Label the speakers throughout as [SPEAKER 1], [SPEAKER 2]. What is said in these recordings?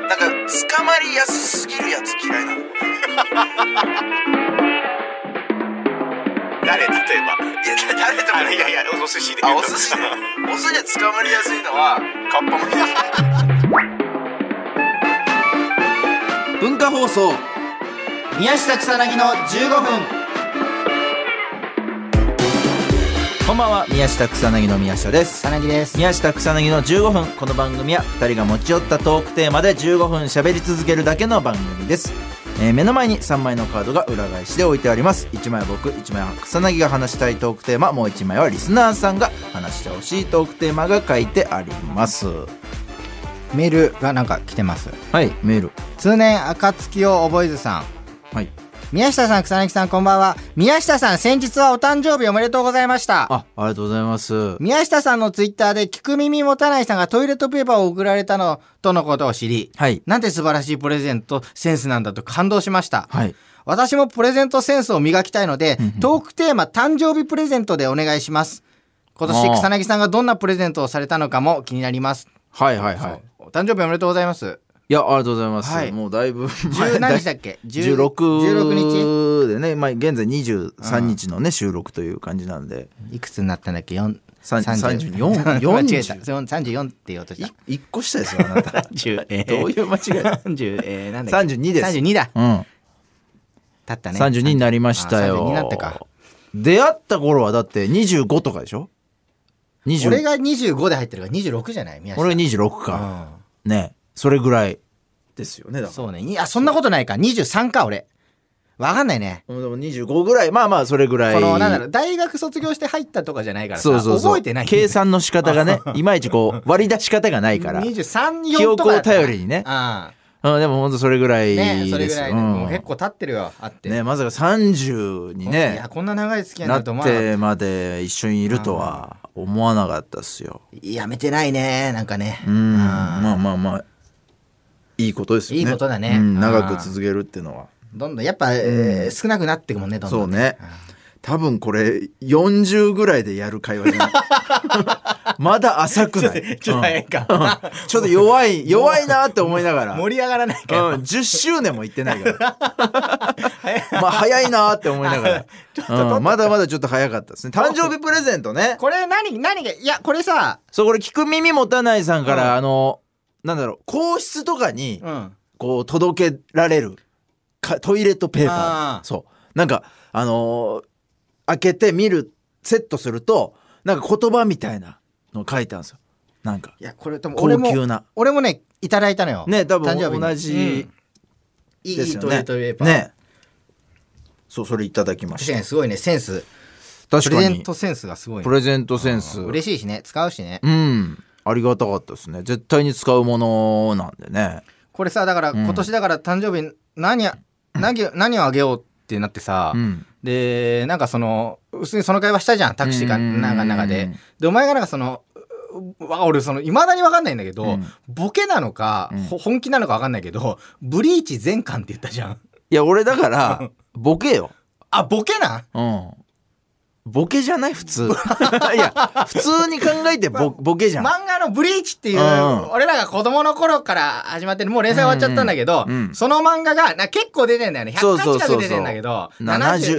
[SPEAKER 1] 捕まりやすすぎるやつ嫌いなの
[SPEAKER 2] 誰例えば
[SPEAKER 1] いや誰と
[SPEAKER 2] あ
[SPEAKER 1] も
[SPEAKER 2] の
[SPEAKER 1] い
[SPEAKER 2] い
[SPEAKER 1] い
[SPEAKER 2] やいやお寿司で言
[SPEAKER 1] あ
[SPEAKER 2] う
[SPEAKER 1] お
[SPEAKER 2] と
[SPEAKER 1] 寿司ねお寿司で捕まりやすいのはカッパ巻き文化放送
[SPEAKER 3] 宮下草薙の15分
[SPEAKER 4] こんばんは、宮下草薙の宮下です。
[SPEAKER 3] 草薙です
[SPEAKER 4] 宮下草薙の15分。この番組は2人が持ち寄ったトークテーマで15分喋り続けるだけの番組です。えー目の前に3枚のカードが裏返しで置いてあります。1枚は僕、1枚は草薙が話したいトークテーマ、もう1枚はリスナーさんが話してほしいトークテーマが書いてあります。
[SPEAKER 3] メールがなんか来てます
[SPEAKER 4] はい、メール。
[SPEAKER 3] 通年暁を覚えずさん
[SPEAKER 4] はい。
[SPEAKER 3] 宮下さん草薙さんこんばんは宮下さん先日はお誕生日おめでとうございました
[SPEAKER 4] あ、ありがとうございます。
[SPEAKER 3] 宮下さんのツイッターで聞く耳持たないさんがトイレットペーパーを送られたのとのことを知り
[SPEAKER 4] はい。
[SPEAKER 3] なんて素晴らしいプレゼントセンスなんだと感動しました、
[SPEAKER 4] はい。
[SPEAKER 3] 私もプレゼントセンスを磨きたいので、トークテーマ誕生日プレゼントでお願いします。今
[SPEAKER 4] あ
[SPEAKER 3] 年
[SPEAKER 4] ー
[SPEAKER 3] 草薙さんがどんなプレゼントをされたのかも気になります。
[SPEAKER 4] はいはいはい。
[SPEAKER 3] お誕生日おめでとうございます。
[SPEAKER 4] いや、ありがとうございます。
[SPEAKER 3] はい
[SPEAKER 4] もうだい ぶ前
[SPEAKER 3] 十何日だっけ？十
[SPEAKER 4] 16
[SPEAKER 3] 16
[SPEAKER 4] 16でね、まあ、現在23日のね、収録という感じなんで
[SPEAKER 3] 日。いくつになったんだっけ？四
[SPEAKER 4] さん34
[SPEAKER 3] 間違えた。三十四って言おうとした。
[SPEAKER 4] 1個下ですよあなた
[SPEAKER 3] 十
[SPEAKER 4] どういう間違 いだ
[SPEAKER 3] 三十えーなんだっけ？
[SPEAKER 4] 32です
[SPEAKER 3] 三十二だ。
[SPEAKER 4] うん、
[SPEAKER 3] 経ったね。
[SPEAKER 4] 32になりましたよ
[SPEAKER 3] あ32になったか。
[SPEAKER 4] 出会った頃はだって25とかでしょ20
[SPEAKER 3] 俺が二十五で入ってるから二十六じゃない？宮下
[SPEAKER 4] 俺が26か、ねそれぐらいですよねだ
[SPEAKER 3] うん
[SPEAKER 4] か
[SPEAKER 3] そうね。いやそんなことないか。二十三か俺。わかんないね。
[SPEAKER 4] らうんでも25ぐらいまあまあそれぐらい
[SPEAKER 3] このなんだろう大学卒業して入ったとかじゃないからさ
[SPEAKER 4] そうそうそう
[SPEAKER 3] 覚えてないんだよ
[SPEAKER 4] 計算の仕方 がねいまいちこう割り出し方がないから
[SPEAKER 3] 23
[SPEAKER 4] 記
[SPEAKER 3] 4とか
[SPEAKER 4] 憶
[SPEAKER 3] だ
[SPEAKER 4] を
[SPEAKER 3] ったら
[SPEAKER 4] 頼りにね
[SPEAKER 3] あ
[SPEAKER 4] うん、でも本当それぐらい
[SPEAKER 3] あ
[SPEAKER 4] です
[SPEAKER 3] ねそれぐらいで、
[SPEAKER 4] うん
[SPEAKER 3] もう結構経ってるよあって
[SPEAKER 4] ねまさか30に
[SPEAKER 3] い
[SPEAKER 4] ね
[SPEAKER 3] やこんな長い付き合いにな
[SPEAKER 4] な
[SPEAKER 3] ると思
[SPEAKER 4] っ
[SPEAKER 3] わなかって
[SPEAKER 4] まで一緒にいるとは思わなかったっすよ
[SPEAKER 3] たやめてないねなんかね
[SPEAKER 4] うん
[SPEAKER 3] ああ
[SPEAKER 4] まあまあまあいいことですよね
[SPEAKER 3] いいことだね
[SPEAKER 4] うん長
[SPEAKER 3] あ
[SPEAKER 4] く
[SPEAKER 3] ー
[SPEAKER 4] 続けるっていうのは
[SPEAKER 3] どんどんやっぱ、えー少なくなってくもんねどんどん
[SPEAKER 4] そうね多分これ40ぐらいでやる会 話じゃないまだ浅くないうん ち
[SPEAKER 3] ちょっと
[SPEAKER 4] ょ
[SPEAKER 3] 早いか、
[SPEAKER 4] っと弱い弱いなって思いながら
[SPEAKER 3] 盛り上がらないか
[SPEAKER 4] うん、
[SPEAKER 3] ら、
[SPEAKER 4] 10周年も行ってない から。まあ早いなーって思いながら、うん、まだまだちょっと早かったですね誕生日プレゼントね
[SPEAKER 3] これ何何がいやこれさ
[SPEAKER 4] そうこれ聞く耳持たないさんから、あのなんだろう皇室とかに
[SPEAKER 3] うん
[SPEAKER 4] こう届けられるかトイレットペー
[SPEAKER 3] あ
[SPEAKER 4] パー
[SPEAKER 3] ー
[SPEAKER 4] そうなんかあのー開けて見るセットするとなんか言葉みたいなの書いてあるんですよなんか
[SPEAKER 3] いやこれでも
[SPEAKER 4] 高
[SPEAKER 3] 俺も
[SPEAKER 4] 級な
[SPEAKER 3] 俺もねいただいたのよ
[SPEAKER 4] ね多分
[SPEAKER 3] 誕生日に
[SPEAKER 4] 同じ
[SPEAKER 3] いい
[SPEAKER 4] ですよ
[SPEAKER 3] トイ
[SPEAKER 4] ね
[SPEAKER 3] レットペーパー
[SPEAKER 4] ねそうそれいただきまし
[SPEAKER 3] 確
[SPEAKER 4] た
[SPEAKER 3] かにすごいねセンス
[SPEAKER 4] 確
[SPEAKER 3] プレ
[SPEAKER 4] か
[SPEAKER 3] ゼ
[SPEAKER 4] に
[SPEAKER 3] ントセンスがすごいね
[SPEAKER 4] プレゼントセンス
[SPEAKER 3] 嬉しいしね使うしね
[SPEAKER 4] うんありがたかったですね絶対に使うものなんでね
[SPEAKER 3] これさだから今年だから誕生日何あ何何をあげようってなってさ、
[SPEAKER 4] うん
[SPEAKER 3] でなんかその普通にその会話したじゃんタクシーか
[SPEAKER 4] うんうんうん
[SPEAKER 3] なんか中ででお前がなんかそのうわ俺そのいまだに分かんないんだけど、
[SPEAKER 4] うん
[SPEAKER 3] ボケなのか、
[SPEAKER 4] うん
[SPEAKER 3] ほ本気なのか分かんないけどブリーチ全巻って言ったじゃん
[SPEAKER 4] いや俺だ からボケよ
[SPEAKER 3] あボケなん
[SPEAKER 4] うんボケじゃない普通 いや普通に考えてボボケじゃん、
[SPEAKER 3] 漫画の「ブリーチ」っていう、
[SPEAKER 4] うん
[SPEAKER 3] 俺らが子供の頃から始まってるもう連載終わっちゃったんだけど、
[SPEAKER 4] うんうんうん
[SPEAKER 3] その漫画がな結構出てんだよね
[SPEAKER 4] そう
[SPEAKER 3] 100巻
[SPEAKER 4] そうそう
[SPEAKER 3] 近
[SPEAKER 4] そう
[SPEAKER 3] く出てんだけど70
[SPEAKER 4] 70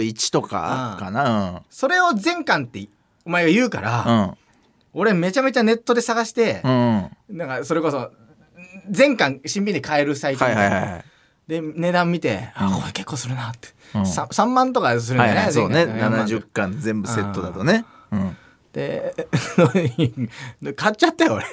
[SPEAKER 4] 71とかかな
[SPEAKER 3] それを全巻ってお前が言うから、
[SPEAKER 4] うん
[SPEAKER 3] 俺めちゃめちゃネットで探して
[SPEAKER 4] う、んうん
[SPEAKER 3] なんかそれこそ全巻新品で買えるサイト
[SPEAKER 4] は
[SPEAKER 3] み
[SPEAKER 4] い
[SPEAKER 3] た
[SPEAKER 4] はいい
[SPEAKER 3] な
[SPEAKER 4] はい
[SPEAKER 3] で値段見て、あ
[SPEAKER 4] うん
[SPEAKER 3] これ結構するなって、
[SPEAKER 4] うん
[SPEAKER 3] さ 3, 万とかするん
[SPEAKER 4] は
[SPEAKER 3] じゃ
[SPEAKER 4] い
[SPEAKER 3] ない、
[SPEAKER 4] はいそうね
[SPEAKER 3] 全巻
[SPEAKER 4] 70巻全部セットだとねうん
[SPEAKER 3] で 買っちゃったよ俺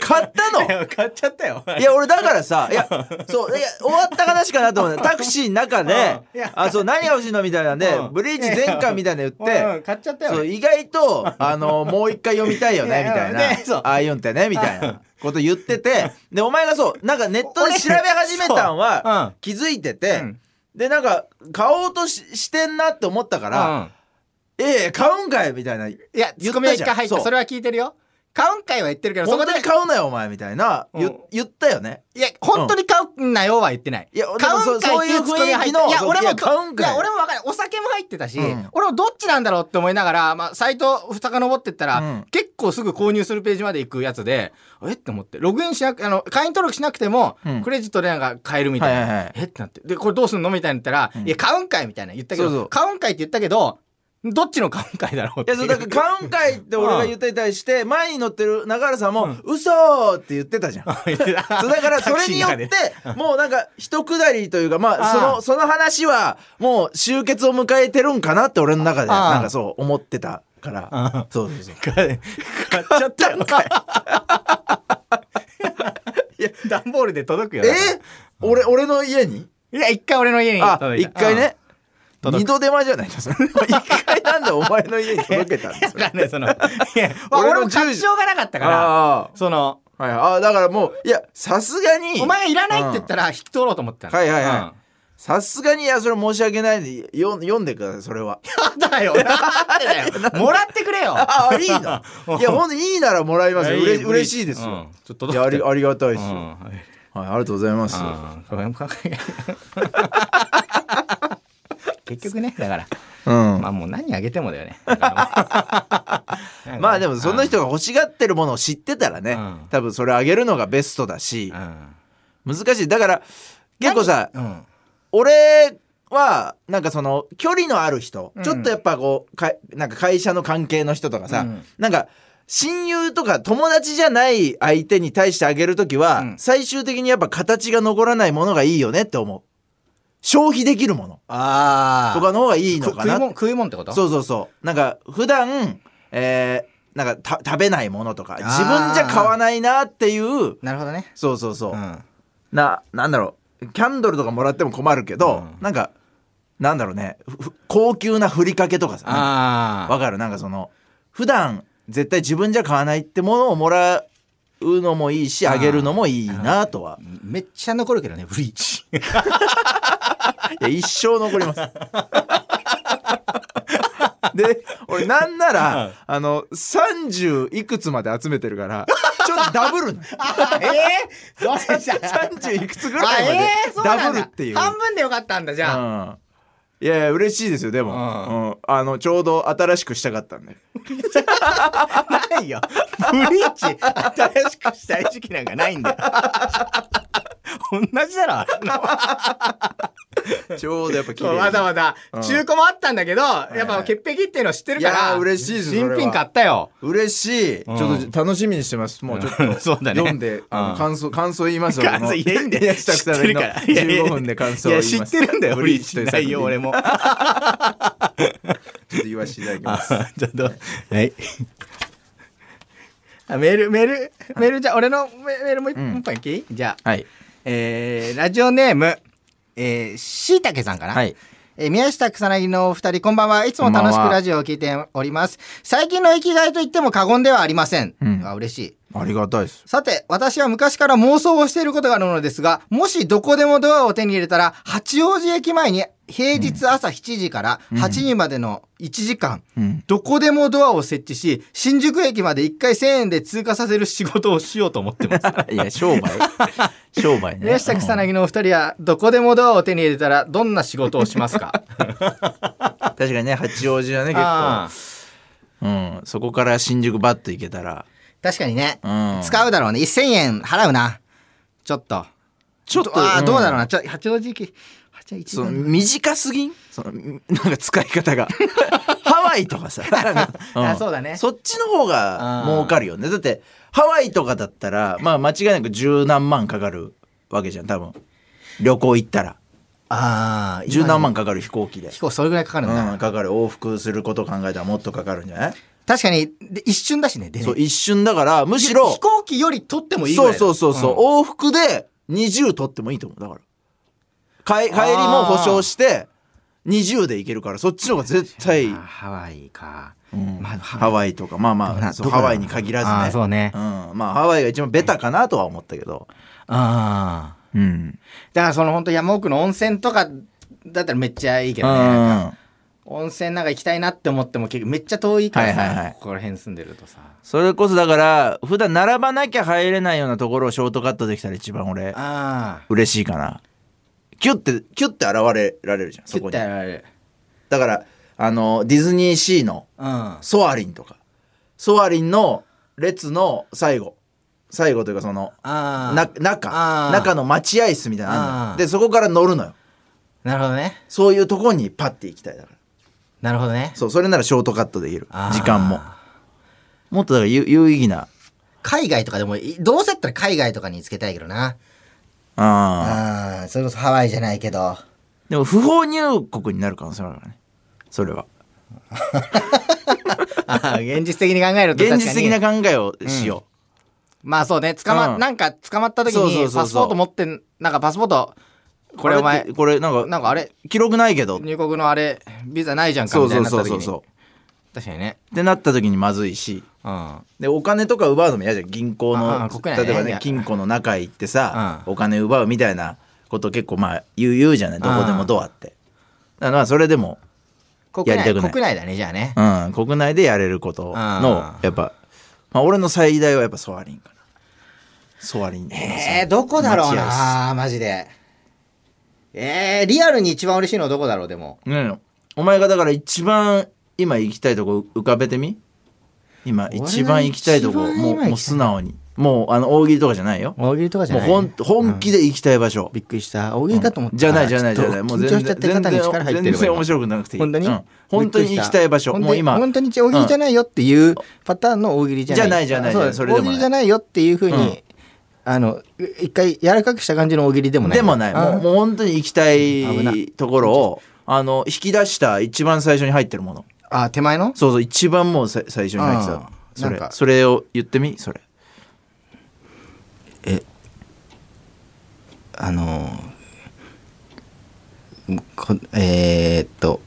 [SPEAKER 4] 買った の
[SPEAKER 3] 買っちゃったよ
[SPEAKER 4] いや俺だからさいやそういや終わった話かな と思ってタクシーの中で
[SPEAKER 3] うんいや
[SPEAKER 4] あそう何が欲しいのみたいなんで
[SPEAKER 3] うん
[SPEAKER 4] ブリーチ全巻みたいなの
[SPEAKER 3] う
[SPEAKER 4] 言っ
[SPEAKER 3] ん
[SPEAKER 4] て
[SPEAKER 3] 買っちゃったよ
[SPEAKER 4] そう
[SPEAKER 3] 俺
[SPEAKER 4] 意外とあのもう一回読みたいよね
[SPEAKER 3] い
[SPEAKER 4] み
[SPEAKER 3] や
[SPEAKER 4] たい
[SPEAKER 3] ねそう
[SPEAKER 4] なああいうんってねみた いなこと言っててでお前がそうなんかネットで調べ始めた
[SPEAKER 3] 俺そ
[SPEAKER 4] ん
[SPEAKER 3] うう
[SPEAKER 4] は
[SPEAKER 3] ん
[SPEAKER 4] 気づいて
[SPEAKER 3] う
[SPEAKER 4] て
[SPEAKER 3] ん
[SPEAKER 4] でなんか買おうとししてんなって思ったから「ええ買うんかい」みたいな
[SPEAKER 3] うんいやツッ
[SPEAKER 4] 言っ
[SPEAKER 3] コミ
[SPEAKER 4] たじゃん
[SPEAKER 3] が一回入っ
[SPEAKER 4] そ
[SPEAKER 3] た
[SPEAKER 4] う
[SPEAKER 3] それは聞いてるよ買うんかいは言ってるけど、そ
[SPEAKER 4] 本
[SPEAKER 3] こで
[SPEAKER 4] 当、に買うなよお前みたいな、
[SPEAKER 3] うん
[SPEAKER 4] 言言ったよね
[SPEAKER 3] いや、本当に買うんなよは言ってない。
[SPEAKER 4] いや
[SPEAKER 3] 買
[SPEAKER 4] でもそうう
[SPEAKER 3] かいっ
[SPEAKER 4] ん
[SPEAKER 3] て
[SPEAKER 4] そういう
[SPEAKER 3] ツッコミが入って
[SPEAKER 4] 雰囲気の
[SPEAKER 3] いや、俺
[SPEAKER 4] いや
[SPEAKER 3] も、
[SPEAKER 4] 買うんかい
[SPEAKER 3] いや、俺もわかる。お酒も入ってたし、
[SPEAKER 4] うん
[SPEAKER 3] 俺もどっちなんだろうって思いながら、まあ、サイト、ふたか登ってったら、
[SPEAKER 4] うん
[SPEAKER 3] 結構すぐ購入するページまで行くやつで、えって思って、ログインしなく、あの、会員登録しなくても、
[SPEAKER 4] うん
[SPEAKER 3] クレジットでなんか買えるみたいな。
[SPEAKER 4] はいはいはい
[SPEAKER 3] えってなって。で、これどうすんのみたいになったら、
[SPEAKER 4] ん
[SPEAKER 3] いや、買うんかいみたいな言ったけど、
[SPEAKER 4] そうそう
[SPEAKER 3] 買うんかいって言ったけど、どっちの買うんかいだろうっ
[SPEAKER 4] い
[SPEAKER 3] てい
[SPEAKER 4] やそうだから買うんかいって俺が言ったに対して前に乗ってる永原さんも「嘘!」って言ってたじゃん。
[SPEAKER 3] 言って た
[SPEAKER 4] そうだからそれによっ
[SPEAKER 3] タクシーの中で
[SPEAKER 4] てもうなんか一くだりというかまあそ
[SPEAKER 3] あ
[SPEAKER 4] の
[SPEAKER 3] あ
[SPEAKER 4] その話はもう終結を迎えてるんかなって俺の中で
[SPEAKER 3] ああ
[SPEAKER 4] なんかそう思ってたから
[SPEAKER 3] あ
[SPEAKER 4] そうそうそ
[SPEAKER 3] 買
[SPEAKER 4] う
[SPEAKER 3] 買っちゃったのかいいや段ボールで届くよ
[SPEAKER 4] え俺俺の家に
[SPEAKER 3] いや一回俺の家に
[SPEAKER 4] あ
[SPEAKER 3] 届い
[SPEAKER 4] 一
[SPEAKER 3] た
[SPEAKER 4] 回ね
[SPEAKER 3] うん届く
[SPEAKER 4] 二度手間じゃないです か一回なんでお前の家に届けたんで
[SPEAKER 3] うん
[SPEAKER 4] す
[SPEAKER 3] だから
[SPEAKER 4] か
[SPEAKER 3] ねそ のいや
[SPEAKER 4] 俺の
[SPEAKER 3] 俺も確証がなかったから
[SPEAKER 4] あ
[SPEAKER 3] その
[SPEAKER 4] あはいああだからもういやさすがに
[SPEAKER 3] お前がいらないって言ったら引き取ろうと思ってたの
[SPEAKER 4] はいはいはい
[SPEAKER 3] うん
[SPEAKER 4] さすがにいやそれ申し訳ないでよ読んでくださいそれは
[SPEAKER 3] やだよなんでだよもらってくれよ
[SPEAKER 4] ああいい ないやほんといいならもらいますようれ嬉しいです
[SPEAKER 3] うん
[SPEAKER 4] よ、
[SPEAKER 3] ちょっと
[SPEAKER 4] いやあ り
[SPEAKER 3] が
[SPEAKER 4] ありがたいですよ、
[SPEAKER 3] と
[SPEAKER 4] はい、ありがとうございます。
[SPEAKER 3] 結局ねだから
[SPEAKER 4] うん。
[SPEAKER 3] まあもう何あげてもだ よね。
[SPEAKER 4] まあでもそんな人
[SPEAKER 3] が。
[SPEAKER 4] が欲しがってるものを知ってたらね、
[SPEAKER 3] うん
[SPEAKER 4] 多分それあげるのがベストだし
[SPEAKER 3] う、ん
[SPEAKER 4] 難しい。だから、結構さ、
[SPEAKER 3] うん。
[SPEAKER 4] 俺は、なんかその、距離のある人、
[SPEAKER 3] うん
[SPEAKER 4] ちょっとやっぱこう、かなんか会社の関係の人とかさ、
[SPEAKER 3] うん
[SPEAKER 4] なんか、親友とか友達じゃない相手に対してあげるときは、
[SPEAKER 3] うん
[SPEAKER 4] 最終的にやっぱ形が残らないものがいいよねって思う。消費できるもの
[SPEAKER 3] ああ。
[SPEAKER 4] とかの方がいい
[SPEAKER 3] く
[SPEAKER 4] のか
[SPEAKER 3] 食い
[SPEAKER 4] なって
[SPEAKER 3] もん食いもんってこと。
[SPEAKER 4] そううそうそうなんか普段えーなんかた食べないものとか
[SPEAKER 3] あー
[SPEAKER 4] 自分じゃ買わないなっていう
[SPEAKER 3] なるほどね。
[SPEAKER 4] そうそうそう、
[SPEAKER 3] うん。
[SPEAKER 4] ななんだろうキャンドルとかもらっても困るけど、
[SPEAKER 3] うん
[SPEAKER 4] なんかなんだろうねふ高級なふりかけとかさ
[SPEAKER 3] あ
[SPEAKER 4] わかるなんかその普段絶対自分じゃ買わないってものをもらうのもいいし
[SPEAKER 3] あー
[SPEAKER 4] あげるのもいいなとは
[SPEAKER 3] めっちゃ残るけどね、ブリー チ。
[SPEAKER 4] いや一生残ります。 で俺なんならあの30いくつまで集めてるからちょっとダブ るの
[SPEAKER 3] ええそれじゃ あ。
[SPEAKER 4] 30いくつぐ
[SPEAKER 3] あ
[SPEAKER 4] らい
[SPEAKER 3] ええそ
[SPEAKER 4] ま
[SPEAKER 3] う
[SPEAKER 4] で
[SPEAKER 3] なんだ
[SPEAKER 4] ダブるっていう。
[SPEAKER 3] 半分でよかったんだ、じゃあ。
[SPEAKER 4] うんいやいや嬉しいですよでも、
[SPEAKER 3] うん
[SPEAKER 4] うんあのちょうど新しくしたかった んで
[SPEAKER 3] ないよ。ブリーチ、新しくしたい時期なんかないんだよ。 同じだろあれ
[SPEAKER 4] ちょうどやっぱ綺麗
[SPEAKER 3] そうわざわざ
[SPEAKER 4] うん
[SPEAKER 3] 中古もあったんだけど、
[SPEAKER 4] い
[SPEAKER 3] やっぱ潔癖っていうの知ってるから
[SPEAKER 4] いやー嬉しいですそれ
[SPEAKER 3] 新
[SPEAKER 4] は
[SPEAKER 3] 品買ったよ
[SPEAKER 4] 嬉しい、
[SPEAKER 3] ん
[SPEAKER 4] ちょっと楽しみにしてますもうちょっ
[SPEAKER 3] うん
[SPEAKER 4] と
[SPEAKER 3] そうだね
[SPEAKER 4] 読んで、あ
[SPEAKER 3] う
[SPEAKER 4] の
[SPEAKER 3] ん
[SPEAKER 4] 感想感想言います
[SPEAKER 3] 感想
[SPEAKER 4] 俺も
[SPEAKER 3] 言えんだよ
[SPEAKER 4] いや下草
[SPEAKER 3] 知ってる
[SPEAKER 4] の
[SPEAKER 3] からいやいや
[SPEAKER 4] 15分で感想
[SPEAKER 3] い
[SPEAKER 4] を言
[SPEAKER 3] や
[SPEAKER 4] います
[SPEAKER 3] 知ってるんだ よブリーチ
[SPEAKER 4] という
[SPEAKER 3] の
[SPEAKER 4] 作
[SPEAKER 3] 内
[SPEAKER 4] 品
[SPEAKER 3] 容俺も
[SPEAKER 4] ちょっと言わせていただきます
[SPEAKER 3] あちょっとはいあメールメールメールじゃあ俺のメメールもう一
[SPEAKER 4] うん
[SPEAKER 3] もう一本いきじゃあ
[SPEAKER 4] はい
[SPEAKER 3] えーラジオネームえーしいたけさんかな
[SPEAKER 4] はい
[SPEAKER 3] えー宮下草薙のお二人こんばんはいつも楽し
[SPEAKER 4] こ
[SPEAKER 3] く
[SPEAKER 4] んばんは
[SPEAKER 3] ラジオを聞いております最近の生きがいと言っても過言ではありません、
[SPEAKER 4] うん
[SPEAKER 3] あ嬉しい
[SPEAKER 4] ありがたいです
[SPEAKER 3] さて、私は昔から妄想をしていることがあるのですが、もしどこでもドアを手に入れたら、八王子駅前に平日朝7時から8時までの1時間、
[SPEAKER 4] うん
[SPEAKER 3] どこでもドアを設置し、新宿駅まで1回1000円で通過させる仕事をしようと思ってま す。
[SPEAKER 4] いや 商売商売ね
[SPEAKER 3] 宮下草薙のお二人は、どこでもドアを手に入れたら、どんな仕事をしますか
[SPEAKER 4] 確かにね八王子はね 結
[SPEAKER 3] あ
[SPEAKER 4] 構
[SPEAKER 3] ー
[SPEAKER 4] うんそこから新宿バッと行けたら
[SPEAKER 3] 確かにね、
[SPEAKER 4] うん
[SPEAKER 3] 使うだろうね。1000円払うな。ちょっと。
[SPEAKER 4] ちょっと
[SPEAKER 3] ああ、
[SPEAKER 4] ん
[SPEAKER 3] どうだろうな。ちょ、八王子駅、八王子駅
[SPEAKER 4] その短すぎんそのんなんか使い 方がハワイとかさなんかん
[SPEAKER 3] あそうだね
[SPEAKER 4] そっちの方が儲かるよねだってハワイとかだったらまあ間違いなく十何万かかるわけじゃん多分旅行行ったら
[SPEAKER 3] ああ、
[SPEAKER 4] 十
[SPEAKER 3] 今
[SPEAKER 4] 何万かかる飛行機で
[SPEAKER 3] 飛行それぐらいかかるんだ。
[SPEAKER 4] うん、かかる往復すること考えたらもっとかかるんじゃない
[SPEAKER 3] 確かにで一瞬だしね出ね
[SPEAKER 4] そう一瞬だからむしろ
[SPEAKER 3] 飛行機より取ってもいいぐら
[SPEAKER 4] そ
[SPEAKER 3] いう
[SPEAKER 4] そうそうそう、
[SPEAKER 3] ん
[SPEAKER 4] 往復で20取ってもいいと思うだから帰帰りも保証して20で行けるからそっちの方が絶対、
[SPEAKER 3] あハワイか、
[SPEAKER 4] うん
[SPEAKER 3] まあ
[SPEAKER 4] ハワイとかまあ
[SPEAKER 3] どこ
[SPEAKER 4] ま
[SPEAKER 3] だ
[SPEAKER 4] あそう
[SPEAKER 3] どこだ
[SPEAKER 4] ハワイに限らず
[SPEAKER 3] あ
[SPEAKER 4] ね
[SPEAKER 3] ーそうね
[SPEAKER 4] うん、まあハワイが一番ベタかなとは思ったけど
[SPEAKER 3] ああ
[SPEAKER 4] うん
[SPEAKER 3] だからその本当山奥の温泉とかだったらめっちゃいいけどね、
[SPEAKER 4] うん
[SPEAKER 3] 温泉なんか行きたいなって思っても結局めっちゃ遠いからさ、
[SPEAKER 4] はいはいはい
[SPEAKER 3] ここら辺住んでるとさ
[SPEAKER 4] それこそだから普段並ばなきゃ入れないようなところをショートカットできたら一番俺
[SPEAKER 3] ああ
[SPEAKER 4] 嬉しいかなキュッてキュッて現れられるじゃんそこに
[SPEAKER 3] 切って
[SPEAKER 4] だ
[SPEAKER 3] やられる
[SPEAKER 4] からあのディズニーシーの
[SPEAKER 3] うん
[SPEAKER 4] ソアリンとかソアリンの列の最後最後というかその
[SPEAKER 3] ああ
[SPEAKER 4] な中
[SPEAKER 3] あー
[SPEAKER 4] 中の待合室みたいなのあんの
[SPEAKER 3] あ
[SPEAKER 4] よ
[SPEAKER 3] ー
[SPEAKER 4] でそこから乗るのよ
[SPEAKER 3] なるほどね
[SPEAKER 4] そういうとこにパッて行きたいだから
[SPEAKER 3] なるほどね
[SPEAKER 4] そうそれならショートカットできる
[SPEAKER 3] あー
[SPEAKER 4] 時間ももっとだから有有意義な
[SPEAKER 3] 海外とかでもいどうせやったら海外とかにつけたいけどな
[SPEAKER 4] あー
[SPEAKER 3] ああそれこそハワイじゃないけど
[SPEAKER 4] でも不法入国になる可能性もあるからねそれは
[SPEAKER 3] ああ現実的に考えると確か
[SPEAKER 4] 現
[SPEAKER 3] に
[SPEAKER 4] 実的な考えをしよ
[SPEAKER 3] まあそうね捕ま、
[SPEAKER 4] うん
[SPEAKER 3] なんか捕まった時
[SPEAKER 4] そうそうそう
[SPEAKER 3] に
[SPEAKER 4] そう
[SPEAKER 3] パスポート持ってんなんかパスポート
[SPEAKER 4] う、
[SPEAKER 3] これお
[SPEAKER 4] あっ
[SPEAKER 3] 前
[SPEAKER 4] てこれなんか
[SPEAKER 3] なんかあれ
[SPEAKER 4] 記録ないけど
[SPEAKER 3] 入国のあれビザないじゃんか
[SPEAKER 4] そ
[SPEAKER 3] み
[SPEAKER 4] う
[SPEAKER 3] たい
[SPEAKER 4] そ
[SPEAKER 3] に
[SPEAKER 4] う
[SPEAKER 3] なった
[SPEAKER 4] そ
[SPEAKER 3] 時
[SPEAKER 4] う
[SPEAKER 3] に
[SPEAKER 4] そうそ
[SPEAKER 3] 確かにね
[SPEAKER 4] うってなった時にまずいし
[SPEAKER 3] うん
[SPEAKER 4] でお金とか奪うのも嫌じゃん銀行
[SPEAKER 3] あ
[SPEAKER 4] の
[SPEAKER 3] あ国内ね
[SPEAKER 4] 例えば
[SPEAKER 3] い
[SPEAKER 4] ね
[SPEAKER 3] や
[SPEAKER 4] 金庫の中行ってさ、
[SPEAKER 3] う
[SPEAKER 4] お金奪うみたいなこと結構まあ言う言うじゃないどこでもドアってだからまあそれでも、
[SPEAKER 3] 国
[SPEAKER 4] やりたくな
[SPEAKER 3] 内
[SPEAKER 4] い
[SPEAKER 3] 国内だねじゃあね
[SPEAKER 4] うん、国内でやれることの
[SPEAKER 3] あー
[SPEAKER 4] やっぱ、まあ、俺の最大はやっぱソアリンかなソアリン
[SPEAKER 3] えー、どこだろうなマジでえー、リアルに一番嬉しいのはどこだろうでも
[SPEAKER 4] ねお前がだから一番今行きたいとこ浮かべてみ今
[SPEAKER 3] 俺が
[SPEAKER 4] 一番行きたいとこ
[SPEAKER 3] 一番今
[SPEAKER 4] もう
[SPEAKER 3] 行きたい
[SPEAKER 4] もう素直にもうあの大喜利とかじゃないよ
[SPEAKER 3] 大喜利とか
[SPEAKER 4] もう本本気で行きたい場所、
[SPEAKER 3] びっくりした大喜利かと思った、
[SPEAKER 4] じゃないじゃないじゃないも
[SPEAKER 3] も
[SPEAKER 4] う
[SPEAKER 3] う緊張しちゃって肩に力入って
[SPEAKER 4] 全
[SPEAKER 3] る
[SPEAKER 4] 然面白くなくていい
[SPEAKER 3] 本当に、
[SPEAKER 4] うん本当に行きたい場所
[SPEAKER 3] 本当に
[SPEAKER 4] もう今
[SPEAKER 3] 本当に大喜利じゃないよっていうパターンの大喜利じゃない
[SPEAKER 4] じゃないじゃ
[SPEAKER 3] あそう
[SPEAKER 4] ないじゃないそれでもな
[SPEAKER 3] 大
[SPEAKER 4] い
[SPEAKER 3] 喜利じゃないよっていうふうに、
[SPEAKER 4] うん
[SPEAKER 3] あのう一回柔らかくした感じの大喜利でもない
[SPEAKER 4] でもないもうもう本当に行きた
[SPEAKER 3] 危ない
[SPEAKER 4] ところをあの引き出した一番最初に入ってるもの
[SPEAKER 3] ああ手前の
[SPEAKER 4] そうそう一番もうさ最初に入って
[SPEAKER 3] あー
[SPEAKER 4] たそ
[SPEAKER 3] な
[SPEAKER 4] れ
[SPEAKER 3] んか
[SPEAKER 4] それを言ってみそれ
[SPEAKER 3] あのーこえー、っと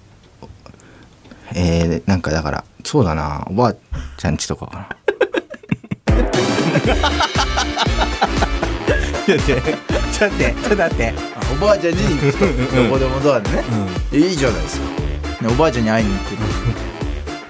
[SPEAKER 3] えー、なんかだからそうだなおばあちゃんちとかか なちょっと待ってちょっと待ってちょっと待って
[SPEAKER 4] あおばあちゃんに行くとどこでもドアでね、いいじゃないですか、ねおばあちゃんに会いに行って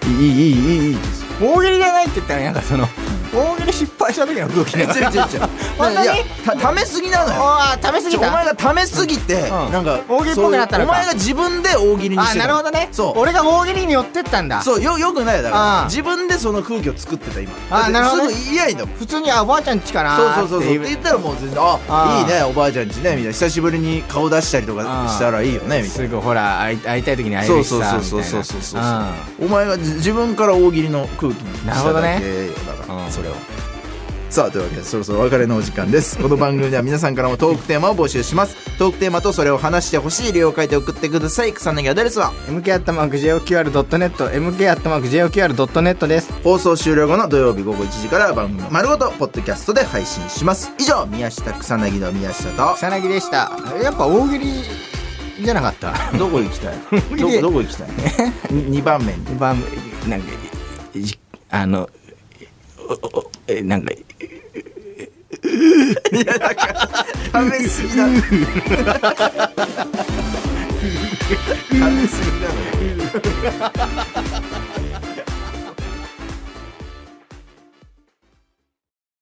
[SPEAKER 4] るいいいいいいいいいいですよ
[SPEAKER 3] 大喜利じゃないって言ったらなんかその大喜利失敗した時の空気
[SPEAKER 4] 違う違
[SPEAKER 3] ね
[SPEAKER 4] う違 う
[SPEAKER 3] 本当に
[SPEAKER 4] いやためすぎなのよ
[SPEAKER 3] ああ試し
[SPEAKER 4] ちょお前がためすぎて、なんか
[SPEAKER 3] 大喜利っぽくなったのか
[SPEAKER 4] そういうお前が自分で大喜利にし
[SPEAKER 3] あ
[SPEAKER 4] て
[SPEAKER 3] な
[SPEAKER 4] た
[SPEAKER 3] るほどね
[SPEAKER 4] そう
[SPEAKER 3] 俺が大喜利に寄ってったんだ
[SPEAKER 4] そうよよくないよだから
[SPEAKER 3] あー
[SPEAKER 4] 自分でその空気を作ってた今
[SPEAKER 3] あーなるほどね
[SPEAKER 4] すぐ言い合いんだもん
[SPEAKER 3] 普通にあおばあちゃんちかな
[SPEAKER 4] そう
[SPEAKER 3] ー
[SPEAKER 4] そうそうそうって
[SPEAKER 3] って
[SPEAKER 4] 言ったらもう全然あ
[SPEAKER 3] あー
[SPEAKER 4] いいねおばあちゃんちねみたいな久しぶりに顔出したりとか
[SPEAKER 3] あー
[SPEAKER 4] したらいいよねみたい
[SPEAKER 3] すぐほら会い会いたい時に
[SPEAKER 4] な
[SPEAKER 3] 会え
[SPEAKER 4] そう
[SPEAKER 3] るし
[SPEAKER 4] そう
[SPEAKER 3] さ
[SPEAKER 4] そう
[SPEAKER 3] みたいな
[SPEAKER 4] そうそうそうそう
[SPEAKER 3] うん
[SPEAKER 4] お前がじ自分から大喜利の空気にしただけよだか
[SPEAKER 3] う
[SPEAKER 4] ら
[SPEAKER 3] ん
[SPEAKER 4] それをさあというわけでそろそろお別れのお時間 ですこの番組では皆さんからもトークテーマを募集しますトークテーマとそれを話してほしい理由を書いて送ってください草薙アドレスは
[SPEAKER 3] MK アットマーク JOQR.net MK アットマーク JOQR.net です
[SPEAKER 4] 放送終了後の土曜日午後1時から番組を丸ごとポッドキャストで配信します以上宮下草薙の宮下と
[SPEAKER 3] 草薙でしたやっぱ大喜利じゃなかった
[SPEAKER 4] どこ行きたいどこどこ行きたい2番目に
[SPEAKER 3] ばんなんかじあのおおえなんか
[SPEAKER 4] いやだから食べ過ぎなの食べ過ぎなのよ